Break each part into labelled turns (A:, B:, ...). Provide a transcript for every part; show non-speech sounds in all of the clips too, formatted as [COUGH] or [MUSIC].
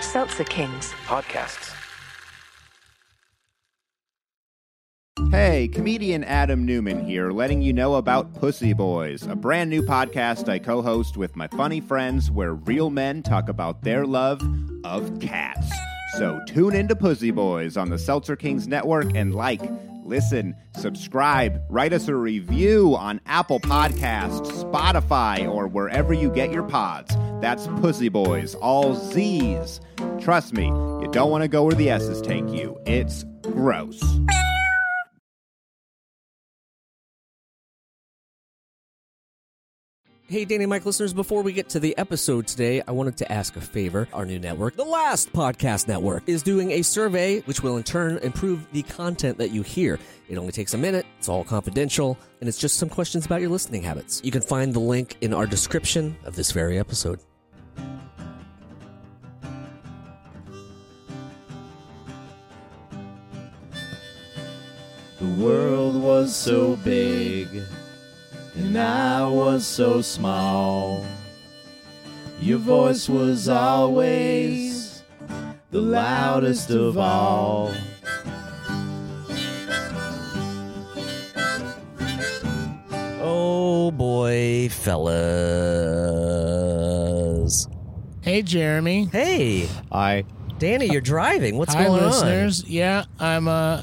A: Seltzer Kings.
B: podcasts.
C: Hey, comedian Adam Newman here, letting you know about Pussy Boys, a brand new podcast I co host with my funny friends where real men talk about their love of cats. So tune into Pussy Boys on the Seltzer Kings Network and like, listen, subscribe, write us a review on Apple Podcasts, Spotify, or wherever you get your pods. That's Pussy Boys, all Z's. Trust me, you don't want to go where the S's take you. It's gross.
D: Hey, Danny Mike listeners, before we get to the episode today, I wanted to ask a favor. Our new network, the Last Podcast Network, is doing a survey which will in turn improve the content that you hear. It only takes a minute, it's all confidential, and it's just some questions about your listening habits. You can find the link in our description of this very episode.
E: The world was so big, and I was so small. Your voice was always the loudest of all.
D: Oh boy, fellas.
F: Hey, Jeremy.
D: Hey,
E: I
D: Danny, you're driving. What's
F: Hi,
D: going
F: listeners. Yeah, I'm uh,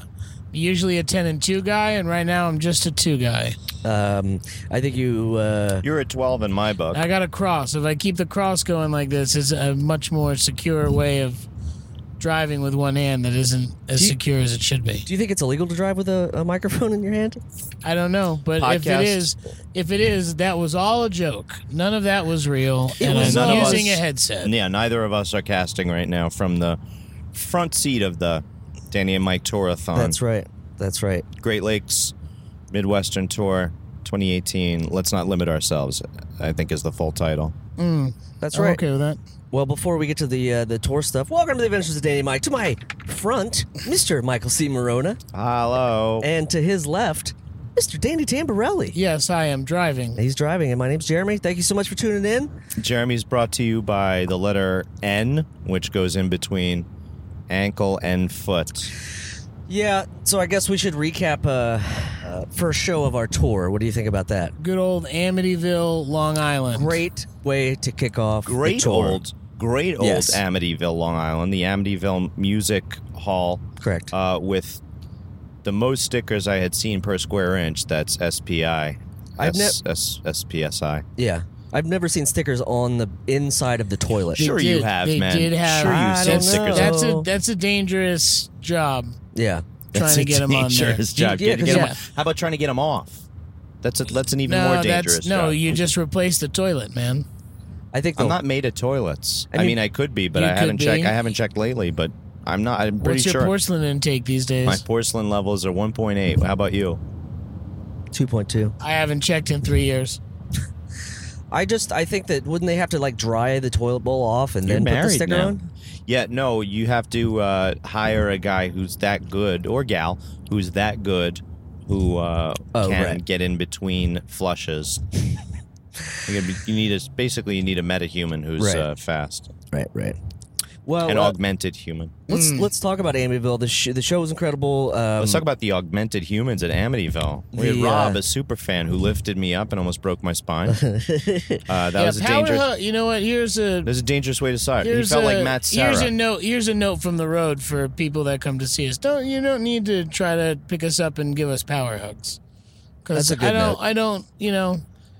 F: usually a 10 and 2 guy, and right now I'm just a 2 guy.
D: on? Um, I think you. Uh,
E: You're at 12 in my book.
F: I got a cross. If I keep the cross going like this, it's a much more secure way of driving with one hand that isn't as
D: Do you-
F: secure as it should be.
D: do you think it's illegal to drive with a, a microphone in your hand?
F: I don't know, but if
E: Podcast.
F: it is, if it is, that was all a joke. None of that was real,
D: It
F: and
D: was
F: I'm
E: None of
F: using
E: us-
F: a headset.
E: Yeah, neither of us are casting right now from the front seat of the Danny and Mike Tourathon.
D: That's right. That's right.
E: Great Lakes Midwestern Tour 2018. Let's not limit ourselves, I think is the full title.
D: That's
F: I'm
D: right.
F: okay with that.
D: Well, before we get to the uh, the tour stuff, welcome to the Adventures of Danny Mike. To my front, Mr. Michael C. Morona,
E: Hello.
D: and to his left, Mr. Danny Tamborelli.
F: Yes, I am driving.
D: He's driving, and my name's Jeremy. Thank you so much for tuning in.
E: Jeremy's brought to you by the letter N, which goes in between ankle and foot.
D: Yeah, so I guess we should recap uh, uh, first show of our tour. What do you think about that?
F: Good old Amityville, Long Island.
D: Great way to kick off the
E: Great
D: tour.
E: old, great old
D: Yes.
E: Amityville, Long Island, the Amityville Music Hall,
D: correct.
E: uh, with the most stickers I had seen per square inch. That's SPI.
D: I've ne-
E: S- S- SPSI.
D: yeah, I've never seen stickers on the inside of the toilet.
F: They
E: Sure you
F: did-
E: have,
F: they
E: man.
F: did have-
E: Sure
D: I
E: you've seen
D: don't
E: stickers.
D: know.
F: That's a
D: Oh.
F: that's a dangerous job.
D: Yeah,
F: trying to [LAUGHS] get 'em on there.
E: dangerous job.
D: You- yeah,
E: Get-
D: 'cause
E: get 'em
F: yeah.
E: on- How about trying to get them off? That's a, that's an even
F: no,
E: more dangerous
F: that's no.
E: job.
F: You just replace the toilet, man.
D: I think
E: I'm
D: the-
E: not made of toilets. I
D: I
E: mean, I,
D: mean,
E: could be, but
F: Oh. you
E: I
F: could
E: haven't checked.
F: be.
E: I haven't checked lately, but I'm not. I'm pretty
F: What's your
E: sure
F: porcelain intake these days?
E: my porcelain levels are 1.8. How about you?
D: 2.2.
F: I haven't checked in three years.
D: I just I think that wouldn't they have to like dry the toilet bowl off and
E: You're
D: then put the
E: married
D: sticker
E: now.
D: on?
E: Yeah, no. You have to uh, hire a guy who's that good, or gal who's that good, who uh,
D: Oh,
E: can
D: right.
E: get in between
D: [LAUGHS]
E: flushes. You're gonna be- you need a basically you need a metahuman who's
D: Right.
E: uh, fast,
D: Right, right. Well,
E: an
D: uh,
E: augmented human.
D: let's let's talk about Amityville. The sh- the show was incredible. Um,
E: Let's talk about the augmented humans at Amityville. We had
D: The,
E: Rob,
D: uh,
E: a super fan, who lifted me up and almost broke my spine. uh, that was a
F: yeah, power.
E: dangerous.
F: hu- You know what? Here's a
E: There's a dangerous way to start. He
F: here's
E: felt
F: a,
E: like Matt
F: Here's a
E: Sarah.
F: note. Here's a note from the road for people that come to see us. Don't you don't need to try to pick us up and give us power hugs.
D: That's
F: Because
D: a good
F: I don't.
D: note.
F: I don't. You know.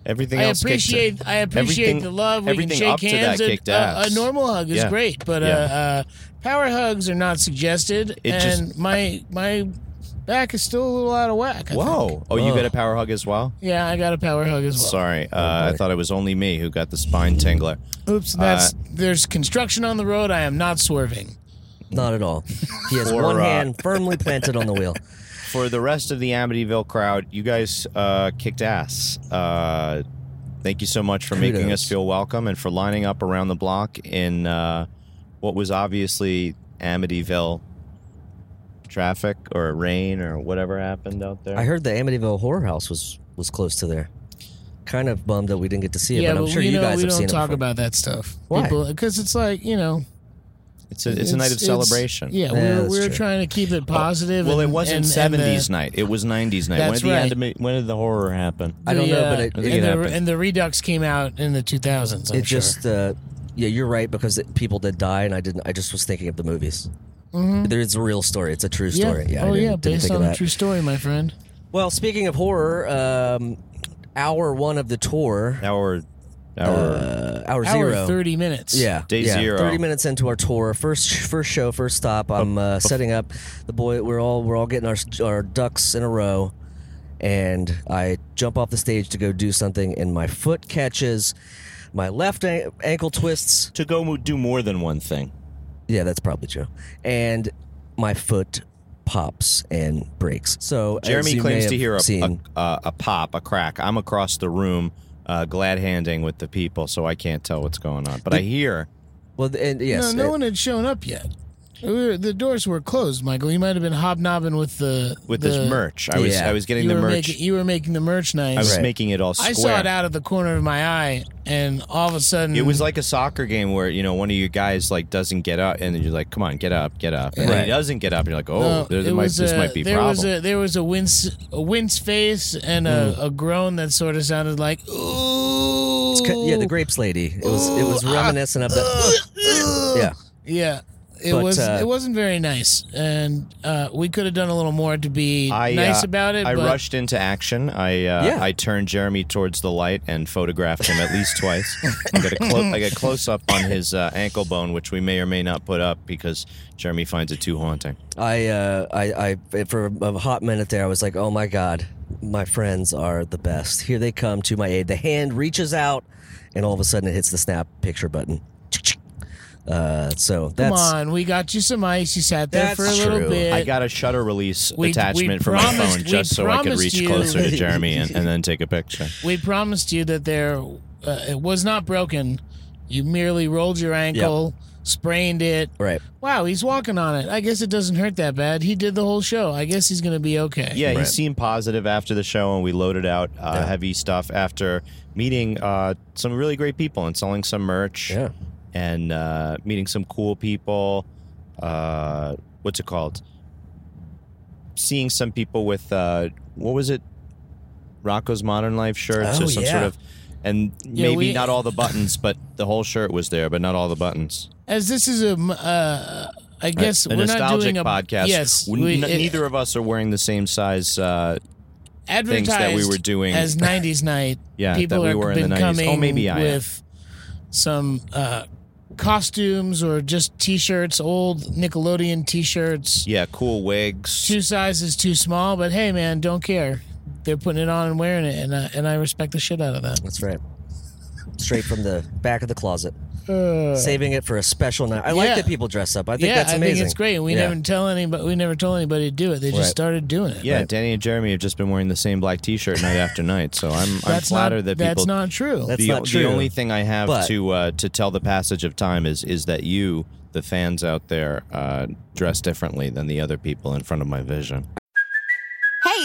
E: Everything
F: I
E: else kicked
F: appreciate.
E: in.
F: I appreciate
E: Everything-
F: the love. We can
E: everything
F: shake
E: up to that
F: hands. and,
E: kicked
F: uh,
E: ass.
F: a normal hug is
E: Yeah.
F: great, but
E: Yeah.
F: uh, uh, power hugs are not suggested.
E: It just-
F: and my my back is still a little out of whack. I think.
E: Whoa! Oh, you got a power hug as well.
F: Yeah, I got a power hug as well.
E: Sorry, uh, I thought it was only me who got the spine tingler.
F: Oops, that's there's construction on the road. I am not swerving.
D: not at all. He has
E: Or,
D: one
E: uh,
D: hand firmly planted on the wheel.
E: For the rest of the Amityville crowd, you guys uh, kicked ass. Uh, thank you so much for making
D: Kudos.
E: us feel welcome and for lining up around the block in uh, what was obviously Amityville traffic or rain or whatever happened out there.
D: I heard the Amityville Horror House was was close to there. Kind of bummed that we didn't get to see it,
F: yeah,
D: but I'm
F: but
D: sure
F: you
D: you
F: know
D: guys
F: we
D: have
F: don't
D: seen it.
F: talk
D: before.
F: about that stuff.
D: Why?
F: Because it's like you know,
G: It's a, it's, a night of
F: it's-
G: celebration.
F: Yeah, we were, we were trying to keep it positive.
G: Well,
F: and-
G: it wasn't
F: and- and the-
G: 70s night. It was 90s night.
F: That's
G: when, did
F: right.
G: the anima- when did the horror happen?
D: I don't
F: the,
D: know, but
F: uh,
D: it- I
G: think it
F: and, the,
G: happened.
F: and the Redux came out in the 2000s. I'm
D: it
F: sure.
D: just uh, yeah, you're right because it, people did die, and I didn't. I just was thinking of the movies. There- It's a real story. It's a true story. Yeah. I didn't-
F: oh Mm-hmm. yeah,
D: didn't
F: based
D: think of
F: on a
D: that.
F: true story, my friend.
D: Well, speaking of horror, um, hour one of the tour,
G: Our, our
D: uh, hour
F: Hour
D: zero,
F: 30 minutes.
D: yeah,
G: Day
D: yeah,
G: zero.
D: Thirty minutes into our tour, first first show, first stop. I'm uh, setting up the boy. We're all we're all getting our our ducks in a row, and I jump off the stage to go do something, and my foot catches, my left an- ankle twists,
G: to go mo- do more than one thing.
D: Yeah, that's probably true. And my foot pops and breaks. So as
G: Jeremy
D: you may
G: claims
D: have
G: to hear a, a,
D: seen,
G: a, a pop, a crack. I'm across the room, uh, glad handing with the people, so I can't tell what's going on. But I hear
D: well, and yes,
F: no, no
D: it-
F: one had shown up yet. We were, the doors were closed, Michael. You might have been hobnobbing with the
G: with
F: the,
G: this merch. I was
D: Yeah.
G: I was getting
F: You
G: the
F: were,
G: merch.
F: making, you were making the merch nice.
G: I was
D: Right.
G: making it all square.
F: I saw it out of the corner of my eye, and all of a sudden,
G: It was like a soccer game where you know one of you guys like doesn't get up, and then you're like, "Come on, get up, get up," and then
D: Right.
G: he doesn't get up. And you're like, "Oh,
F: No,
G: there, there
F: uh, it
G: might,
F: was
G: this
F: a-
G: might be
F: there
G: problem." Mm.
F: was a there was a wince a wince face and a, a groan that sort of sounded like ooh.
D: it's ca- yeah, the grapes lady. It was it was reminiscent of that. yeah,
F: Yeah, it
D: But,
F: was
D: uh,
F: it wasn't very nice, and uh, we could have done a little more to be
G: I,
F: nice
G: uh,
F: about it.
G: I
F: but
G: rushed into action. I uh,
D: Yeah.
G: I turned Jeremy towards the light and photographed him at least twice. I got a, clo- I got a close up on his uh, ankle bone, which we may or may not put up because Jeremy finds it too haunting.
D: I, uh, I, I, for a hot minute there, I was like, oh my god, my friends are the best. Here they come to my aid. The hand reaches out, and all of a sudden it hits the snap picture button. Uh, so
F: Come
D: that's
F: on, we got you some ice. You sat there
D: That's
F: for a little
D: true.
F: bit.
G: I got a shutter release
F: we- we
G: attachment for my
F: promised-
G: phone
F: we
G: just so I could
F: promised
G: reach
F: you-
G: closer to Jeremy and, and then take a picture.
F: we promised you that there uh, it was not broken. You merely rolled your ankle, sprained it.
D: right.
F: Wow, he's walking on it. I guess it doesn't hurt that bad. He did the whole show. I guess he's gonna be okay.
G: Yeah, he
D: Right.
G: seemed positive after the show, and we loaded out uh, heavy stuff after meeting uh, some really great people and selling some merch
D: Yeah.
G: and uh, meeting some cool people. Uh, what's it called? Seeing some people with uh, what was it? Rocco's Modern Life shirts
D: Oh,
G: or some
D: yeah.
G: sort of, and maybe
F: we-
G: not all the buttons, but the whole shirt was there, but not all the buttons.
F: As this is a, m- uh, I guess
G: a
F: we're not
G: nostalgic
F: doing a
G: podcast.
F: Yes,
G: We-
F: we-
G: n-
F: it-
G: neither of us are wearing the same size uh,
F: advertised
G: things that we were doing [LAUGHS]
F: as '90s night.
G: Yeah,
F: people
G: that we
F: have
G: were in
F: been
G: the 90s. Oh,
F: coming
G: maybe I am.
F: with some uh, costumes or just T-shirts, old Nickelodeon T-shirts,
G: Yeah, cool wigs.
F: two sizes too small. But hey, man, don't care. They're putting it on and wearing it, and I, and I respect the shit out of that.
D: That's right. Straight from the back of the closet.
F: Uh,
D: saving it for a special night. I like
F: Yeah.
D: that people dress up. I think
F: yeah,
D: that's
F: I
D: amazing.
F: think it's great. and We
D: Yeah.
F: never tell anybody. We never told anybody to do it. They just
D: Right.
F: started doing it.
G: Yeah, Danny and Jeremy have just been wearing the same black T-shirt night after night, so I'm I'm
F: that's
G: flattered
F: not.
G: that people.
F: that's not true.
D: That's
G: the,
D: not true.
G: the only thing I have
D: But-
G: to uh, to tell the passage of time is is that you, the fans out there, uh, dress differently than the other people in front of my vision.
H: Hey,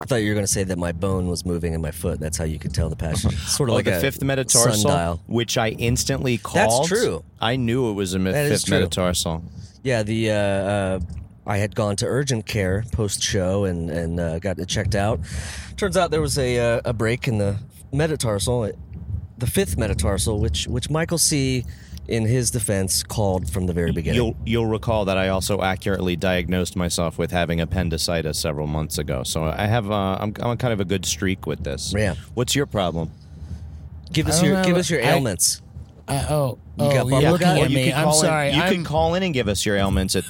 D: I thought you were going to say that my bone was moving in my foot. That's how you could tell the
G: [LAUGHS]
D: passion. sort of
G: Oh,
D: like
G: the
D: a
G: fifth metatarsal,
D: sundial.
G: which I instantly called.
D: true.
G: I knew it was a mi-
D: That is
G: fifth
D: true.
G: metatarsal.
D: Yeah, the uh, uh, I had gone to urgent care post show and and uh, got it checked out. Turns out there was a uh, a break in the metatarsal, the fifth metatarsal, which which Michael C. in his defense called from the very beginning.
G: You'll you'll recall that I also accurately diagnosed myself with having appendicitis several months ago. So I have uh, I'm I'm on kind of a good streak with this.
D: Yeah.
G: What's your problem?
D: give us
F: I don't
D: your
F: know.
D: give us your
F: I-
D: ailments.
F: I, oh, oh,
D: got
F: you're
D: bubble
F: looking
D: gum?
G: Or
F: at
G: you
F: me.
G: could
F: I'm
G: call in-
F: sorry.
G: you
F: I'm
G: can call in and give us your ailments at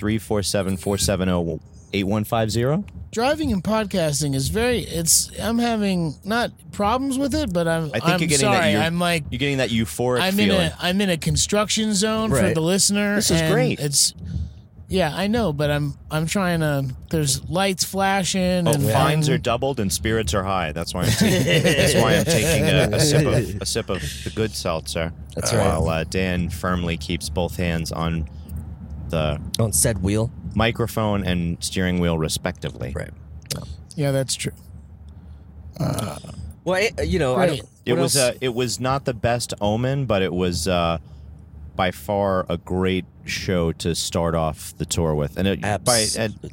G: oh, 347-470-8150.
F: driving and podcasting is very. It's. I'm having not problems with it, but I'm.
G: I think
F: I'm
G: you're getting that
F: sorry.
G: you're,
F: I'm like.
G: you're getting that euphoric
F: I'm in
G: feeling.
F: a. I'm in a construction zone for
D: Right.
F: the listener.
G: This is
F: and
G: great.
F: It's. Yeah, I know, but I'm I'm trying to. There's lights flashing.
G: Oh,
F: and
G: fines are doubled and spirits are high. That's why I'm taking, that's why I'm taking a, a sip of a sip of the good seltzer.
D: That's right.
G: While uh, Dan firmly keeps both hands on the
D: on said wheel.
G: microphone and steering wheel, respectively.
D: Right.
F: Yeah, that's true.
D: Well, it, you know, I
F: Right.
D: don't.
G: It
D: what
G: was
D: else?
G: uh, it was not the best omen, but it was uh, by far a great show to start off the tour with, and it, by and
D: Absolutely.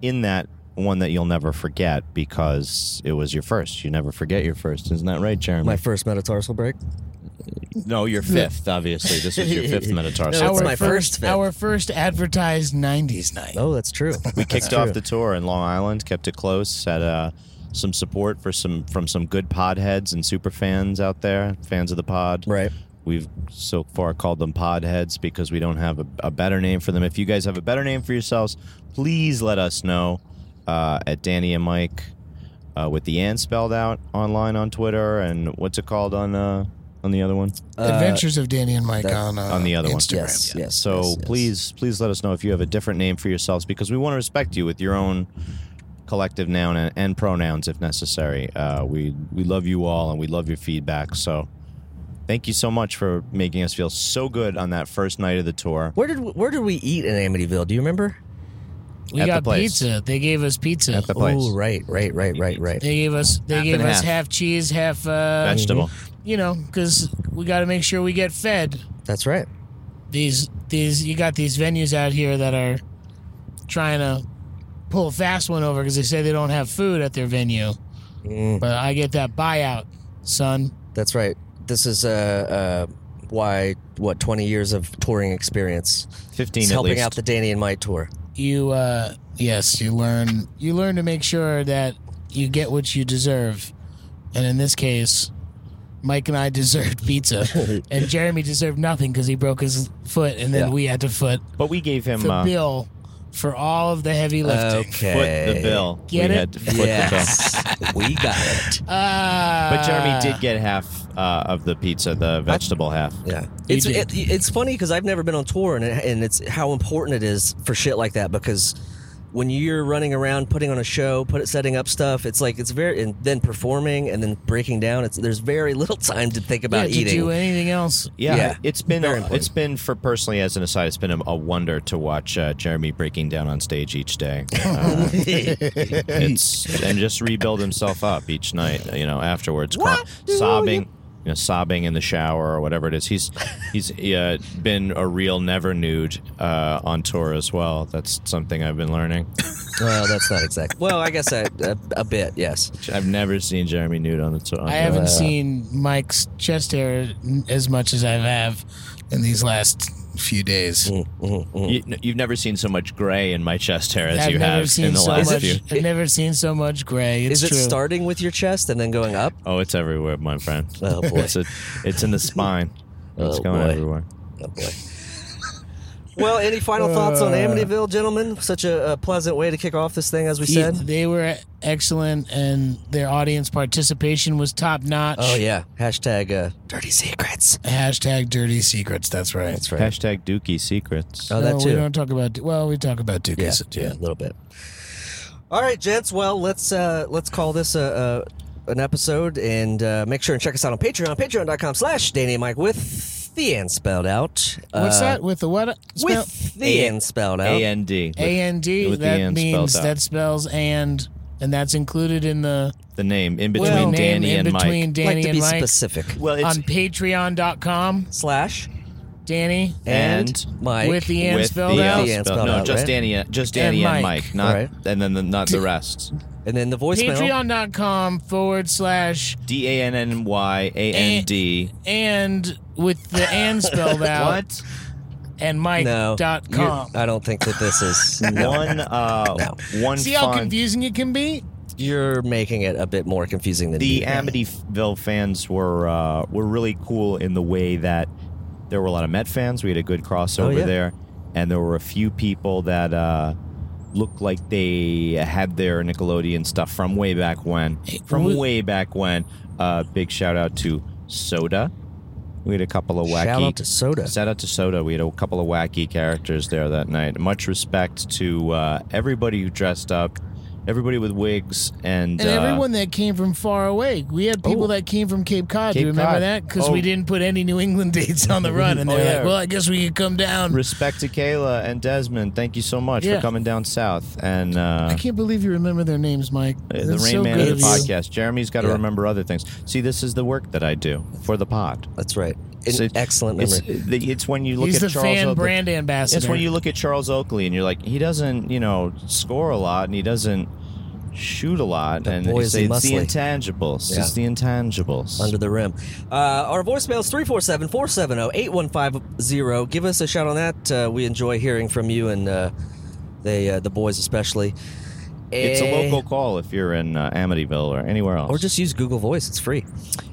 G: in that one that you'll never forget because it was your first. You never forget your first, isn't that right, Jeremy?
D: my first metatarsal break. [LAUGHS]
G: No, your fifth, obviously. This was your fifth Minotaurus.
D: No, it's
F: our
D: my first fit.
F: our first advertised '90s night.
G: Uh,
D: Oh, that's true.
G: we kicked off the tour in Long Island, kept it close, had uh, some support for some from some good podheads and super fans out there, fans of the pod.
D: right.
G: We've so far called them podheads because we don't have a, a better name for them. If you guys have a better name for yourselves, please let us know uh, at Danny and Mike uh, with the and spelled out online on Twitter and what's it called on uh, on the other one?
F: Adventures of Danny and Mike on uh,
G: on the other one.
F: Instagram.
D: Yes. Yes.
G: So
D: yes, yes.
G: please, please let us know if you have a different name for yourselves because we want to respect you with your own collective noun and, and pronouns if necessary. Uh, we we love you all and we love your feedback. So thank you so much for making us feel so good on that first night of the tour.
D: Where did where did we eat in Amityville? Do you remember?
F: We
G: At the
F: got
G: place.
F: pizza. They gave us pizza.
G: At the place,
D: Oh, right, right, right, right, right.
F: they gave us they
G: Half
F: gave
G: and
F: us
G: half.
F: half. cheese, half uh,
G: vegetable.
F: you know, because we got to make sure we get fed.
D: That's right.
F: These these you got these venues out here that are trying to pull a fast one over because they say they don't have food at their venue.
G: Mm.
F: But I get that buyout, son.
D: That's right. This is uh, uh, why what twenty years of touring experience.
G: Fifteen
D: It's
G: at
D: helping
G: least.
D: out the Danny and my tour.
F: You uh, yes, you learn you learn to make sure that you get what you deserve, and in this case. Mike and I
G: [LAUGHS]
F: deserved pizza, and Jeremy deserved nothing because he broke his foot, and then
D: Yeah.
F: we had to foot
G: but we gave him
F: the
G: uh,
F: bill for all of the heavy lifting.
G: foot the bill.
F: Get
G: we
F: it?
G: had to foot the bill.
D: Yes, [LAUGHS] we got it.
F: Ah.
G: But Jeremy did get half uh, of the pizza, the vegetable half.
D: Yeah,
F: You
D: it's it,
F: did.
D: it's funny because I've never been on tour, and it, and it's how important it is for shit like that because when you're running around putting on a show, put setting up stuff, it's like it's very and then performing and then breaking down. It's there's very [LAUGHS] little time to think
F: Yeah,
D: about
F: to
D: eating.
F: do anything else.
G: Yeah,
D: Yeah.
G: it's been
D: Very
G: a,
D: important.
G: it's been for personally as an aside, it's been a, a wonder to watch uh, Jeremy breaking down on stage
D: [LAUGHS]
G: each day. Uh, it's and just rebuild himself up each night. You know, afterwards, cry- sobbing, you know, sobbing in the shower or whatever it is. He's he's uh, been a real never nude uh, on tour as well. That's something I've been learning.
D: well, that's not exact. Well, I guess I, a, a bit, yes.
G: I've never seen Jeremy nude on the tour.
F: I haven't seen Mike's chest hair n- as much as I have in these last few days.
D: Mm.
G: You, you've never seen so much gray in my chest hair as
F: I've
G: you
F: never
G: have
F: seen
G: in the
F: so
G: last
F: much.
G: few.
F: I've never seen so much gray. It's
D: Is it
F: true.
D: starting with your chest and then going up?
G: Oh, it's everywhere, my friend.
D: [LAUGHS] Oh, boy.
G: it's, a, it's in the spine.
D: [LAUGHS]
G: It's
D: Oh,
G: going
D: boy.
G: everywhere.
D: Oh boy. Well, any final thoughts on Amityville, gentlemen? Such a, a pleasant way to kick off this thing, as we
F: Yeah,
D: said.
F: they were excellent, and their audience participation was top notch.
D: Oh yeah. Hashtag uh, dirty secrets.
F: Hashtag dirty secrets. That's right.
D: That's right.
G: Hashtag Dookie Secrets.
D: Oh, that
F: no,
D: too.
F: We don't talk about. Well, we talk about Duke.
D: yeah, yeah, a little bit. All right, gents. Well, let's uh, let's call this a, a an episode, and uh, make sure and check us out on Patreon, Patreon.com/slash Danny and Mike with the N spelled out.
F: What's
D: Uh,
F: that with the what? spell?
D: With the N spelled out.
G: A N D.
F: A and D.
G: with the
F: That
G: and
F: means
G: spelled out.
F: that spells and, and that's included in the
G: The name in between
F: well, name
G: Danny
F: in
G: and
F: between
G: Mike.
F: Danny
D: like to
F: and
D: be
F: Mike
D: specific.
G: Well, it's
F: on Patreon.com.
D: Slash
F: Danny
G: And
D: Mike
F: with the and
G: with
F: spelled
G: the
F: out.
G: N
D: Yeah, it's
G: spelled-
D: spelled
G: no,
D: out,
G: just
D: right?
G: Danny, just Danny
F: And
G: and Mike,
F: Mike.
G: not
D: Right.
G: and then the, not the rest.
D: and then the voicemail.
F: Patreon.com forward slash
G: D A N N Y A N D.
F: and with the
G: [LAUGHS]
F: and spelled out
G: What?
F: and Mike
D: No,
F: dot
D: you're-
F: com.
D: I don't think that this is.
G: One uh, one
F: See how
G: fun.
F: confusing it can be?
D: You're making it a bit more confusing than
G: the
D: you-
G: Amityville fans were uh, were really cool in the way that there were a lot of Met fans. We had a good crossover
D: Oh, yeah.
G: there, and there were a few people that uh, looked like they had their Nickelodeon stuff from way back when. From
F: we-
G: way back when. Uh, big shout out to Soda, We had a couple of wacky.
D: Shout out to Soda.
G: Shout out to Soda. We had a couple of wacky characters there that night. Much respect to uh, everybody who dressed up, everybody with wigs, and,
F: And
G: uh,
F: everyone that came from far away. We had people that came from Cape Cod. Do
G: Cape
F: you remember
G: Cod.
F: that? Because
G: Oh.
F: we didn't put any New England [LAUGHS] dates on
G: [LAUGHS]
F: the run. And
G: Oh,
F: they're
G: yeah.
F: like, well, I guess we could come down.
G: Respect to Kayla and Desmond. Thank you so much for
F: Yeah.
G: coming down south. And uh,
F: I can't believe you remember their names, Mike.
G: Uh, the
F: That's
G: Rain
F: so
G: Man
F: good
G: of the
F: of you.
G: podcast. Jeremy's got to
D: Yeah.
G: remember other things. See, this is the work that I do for the pod.
D: That's right. An
G: So
D: excellent memory.
G: It's, it's when you look
F: He's
G: at
F: the
G: Charles
F: fan
G: Oakley.
F: brand ambassador.
G: It's when you look at Charles Oakley and you're like, he doesn't, you know, score a lot and he doesn't shoot a lot.
D: But
G: and
D: boy,
G: they
D: is
G: say
D: he
G: it's the
D: muscly.
G: intangibles.
D: Yeah.
G: It's the intangibles.
D: under the rim. Uh, our voicemail is 347 470 8150. oh. Give us a shout on that. Uh, we enjoy hearing from you and uh, they, uh, the boys, especially.
G: it's a
D: Eh,
G: local call if you're in uh, Amityville or anywhere else.
D: Or just use Google Voice, it's free.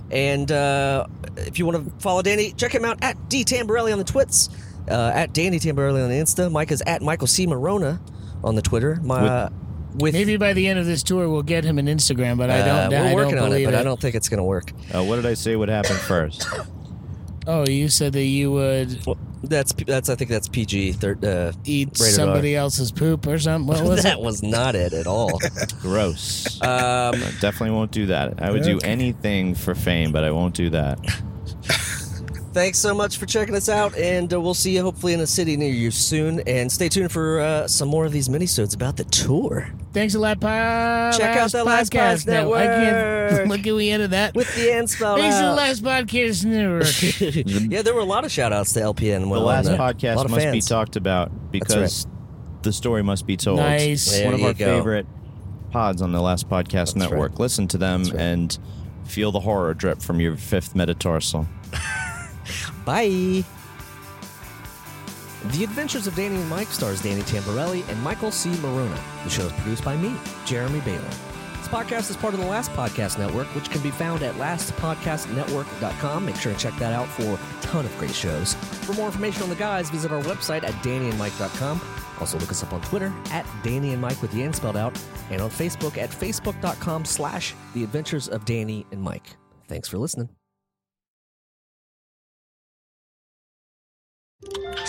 D: And uh, if you want to follow Danny, check him out at D Tamborelli on the twits, uh, at Danny Tamborelli on the Insta. Mike is at Michael C. Marona on the Twitter. My, uh, with,
F: Maybe by the end of this tour, we'll get him an Instagram, but I
D: uh,
F: don't.
D: we're
F: I
D: working
F: don't
D: on it,
F: believe
D: but I don't think it's going to work.
G: uh, what did I say would happen first?
F: Oh, you said that you would
D: Well, that's that's I think that's PG. Thir- uh,
F: eat
D: Rated R.
F: somebody else's poop or something. What
D: [LAUGHS]
F: was
D: that
F: it?
D: was not it at all.
G: Gross.
D: Um,
G: I definitely won't do that. I would do anything for fame, but I won't do that.
D: [LAUGHS] thanks so much for checking us out, and uh, we'll see you hopefully in a city near you soon. And stay tuned for uh, some more of these minisodes about the tour
F: Thanks a lot, Pod.
D: Check out the Last Podcast
F: I can't
D: Network.
F: [LAUGHS] look at we ended that.
D: with the end spell.
F: Thanks to the
D: out.
F: last podcast network.
D: yeah, there were a lot of shout outs to LPN.
G: The
D: Well,
G: last
D: and, uh, a lot
G: podcast
D: of
G: must be
D: fans.
G: talked about because the story must be told.
F: nice.
D: There
G: One of
D: you
G: our
D: go.
G: favorite pods on the last podcast network. Listen to them and feel the horror drip from your fifth metatarsal.
D: Bye. The Adventures of Danny and Mike stars Danny Tamborelli and Michael C. Marona. The show is produced by me, Jeremy Baylor. This podcast is part of the Last Podcast Network, which can be found at lastpodcastnetwork.com. Make sure to check that out for a ton of great shows. For more information on the guys, visit our website at dannyandmike.com. Also look us up on Twitter at Danny and Mike with the N spelled out, and on Facebook at facebook.com slash The Adventures of Danny and Mike. Thanks for listening.